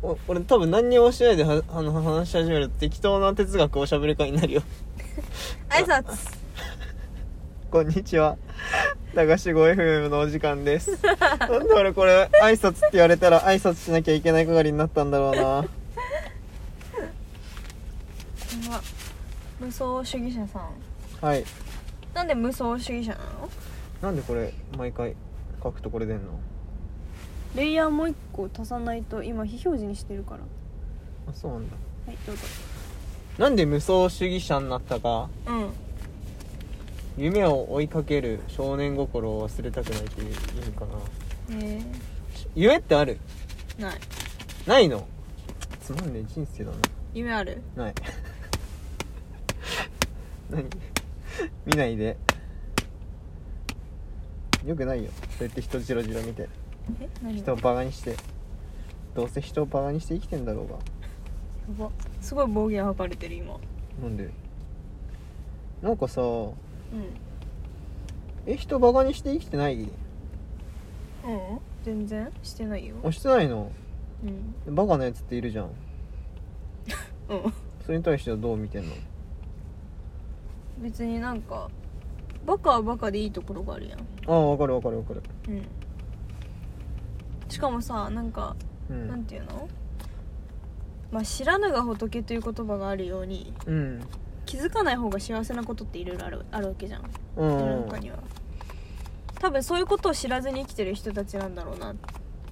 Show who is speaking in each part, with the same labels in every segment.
Speaker 1: お俺多分何にもしないではあの話し始めると適当な哲学おしゃべり会になるよ
Speaker 2: 挨拶
Speaker 1: こんにちは流し声 FM のお時間ですなんで俺これ挨拶って言われたら挨拶しなきゃいけない係になったんだろうな
Speaker 2: まあ無双主義者さん
Speaker 1: はい
Speaker 2: なんで無双主義者なの
Speaker 1: なんでこれ毎回書くとこれ出んの
Speaker 2: レイヤーもう一個足さないと今非表示にしてるから
Speaker 1: あそうなんだ
Speaker 2: はいどうぞ
Speaker 1: なんで無双主義者になったか
Speaker 2: うん
Speaker 1: 夢を追いかける少年心を忘れたくないっていう意味かな
Speaker 2: え
Speaker 1: 夢ってある
Speaker 2: ー、ない
Speaker 1: ないのつまんねえ人生だ
Speaker 2: 夢ある
Speaker 1: なない何見ないでよくないよそうやって人じろじろ見て
Speaker 2: え何
Speaker 1: 人をバカにしてどうせ人をバカにして生きてんだろうが
Speaker 2: やばすごい暴言吐かれてる今
Speaker 1: なんでなんかさ
Speaker 2: う
Speaker 1: え人バカにして生きてない
Speaker 2: んうん全然してないよ
Speaker 1: あしてないの
Speaker 2: うん
Speaker 1: バカなやつっているじゃん
Speaker 2: うん
Speaker 1: それに対してはどう見てんの
Speaker 2: 別になんかバカはバカでいいところがあるやん
Speaker 1: ああわかるわかるわかる
Speaker 2: うんしかもさなんか
Speaker 1: う
Speaker 2: なん
Speaker 1: ん
Speaker 2: ていうのまあ知らぬが仏という言葉があるように
Speaker 1: うん
Speaker 2: 気づかない方が幸せなことっていろいろあるあるわけじゃん
Speaker 1: う
Speaker 2: 世の
Speaker 1: ん
Speaker 2: 中には多分そういうことを知らずに生きてる人たちなんだろうな、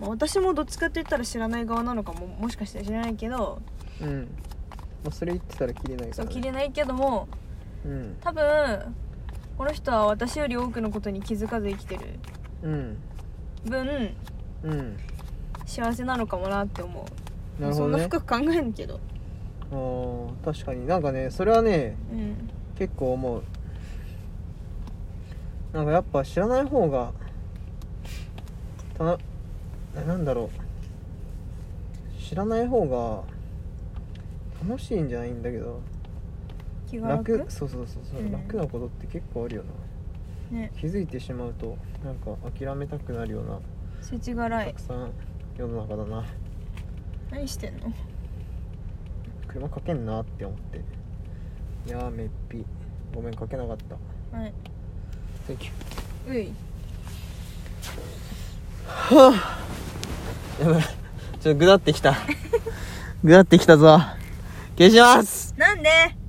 Speaker 2: まあ、私もどっちかって言ったら知らない側なのかももしかしたら知らないけど
Speaker 1: うんまあそれ言ってたら切れないか
Speaker 2: そう
Speaker 1: ら、ね、
Speaker 2: 切れないけども
Speaker 1: うん
Speaker 2: 多分この人は私より多くのことに気づかず生きてる
Speaker 1: うん
Speaker 2: 分
Speaker 1: うん
Speaker 2: 幸せなのかもなって思う、
Speaker 1: なる
Speaker 2: そ
Speaker 1: ほど
Speaker 2: んな
Speaker 1: ね
Speaker 2: 深く考えんけど
Speaker 1: あー確かになんかねそれはね
Speaker 2: うん
Speaker 1: 結構思うなんかやっぱ知らない方がたなえなんだろう知らない方が楽しいんじゃないんだけど
Speaker 2: 気が楽
Speaker 1: 楽そうそうそうそう、
Speaker 2: うん
Speaker 1: 楽なことって結構あるよな
Speaker 2: ね
Speaker 1: 気づいてしまうとなんか諦めたくなるような
Speaker 2: 世知辛
Speaker 1: た
Speaker 2: い
Speaker 1: くさん世の中だな
Speaker 2: 何してんの
Speaker 1: 車かけんなって思っていやーめっぴごめんかけなかった
Speaker 2: はい
Speaker 1: Thank you
Speaker 2: うい
Speaker 1: やばいちょっとぐだってきたぐだってきたぞ消します
Speaker 2: なんで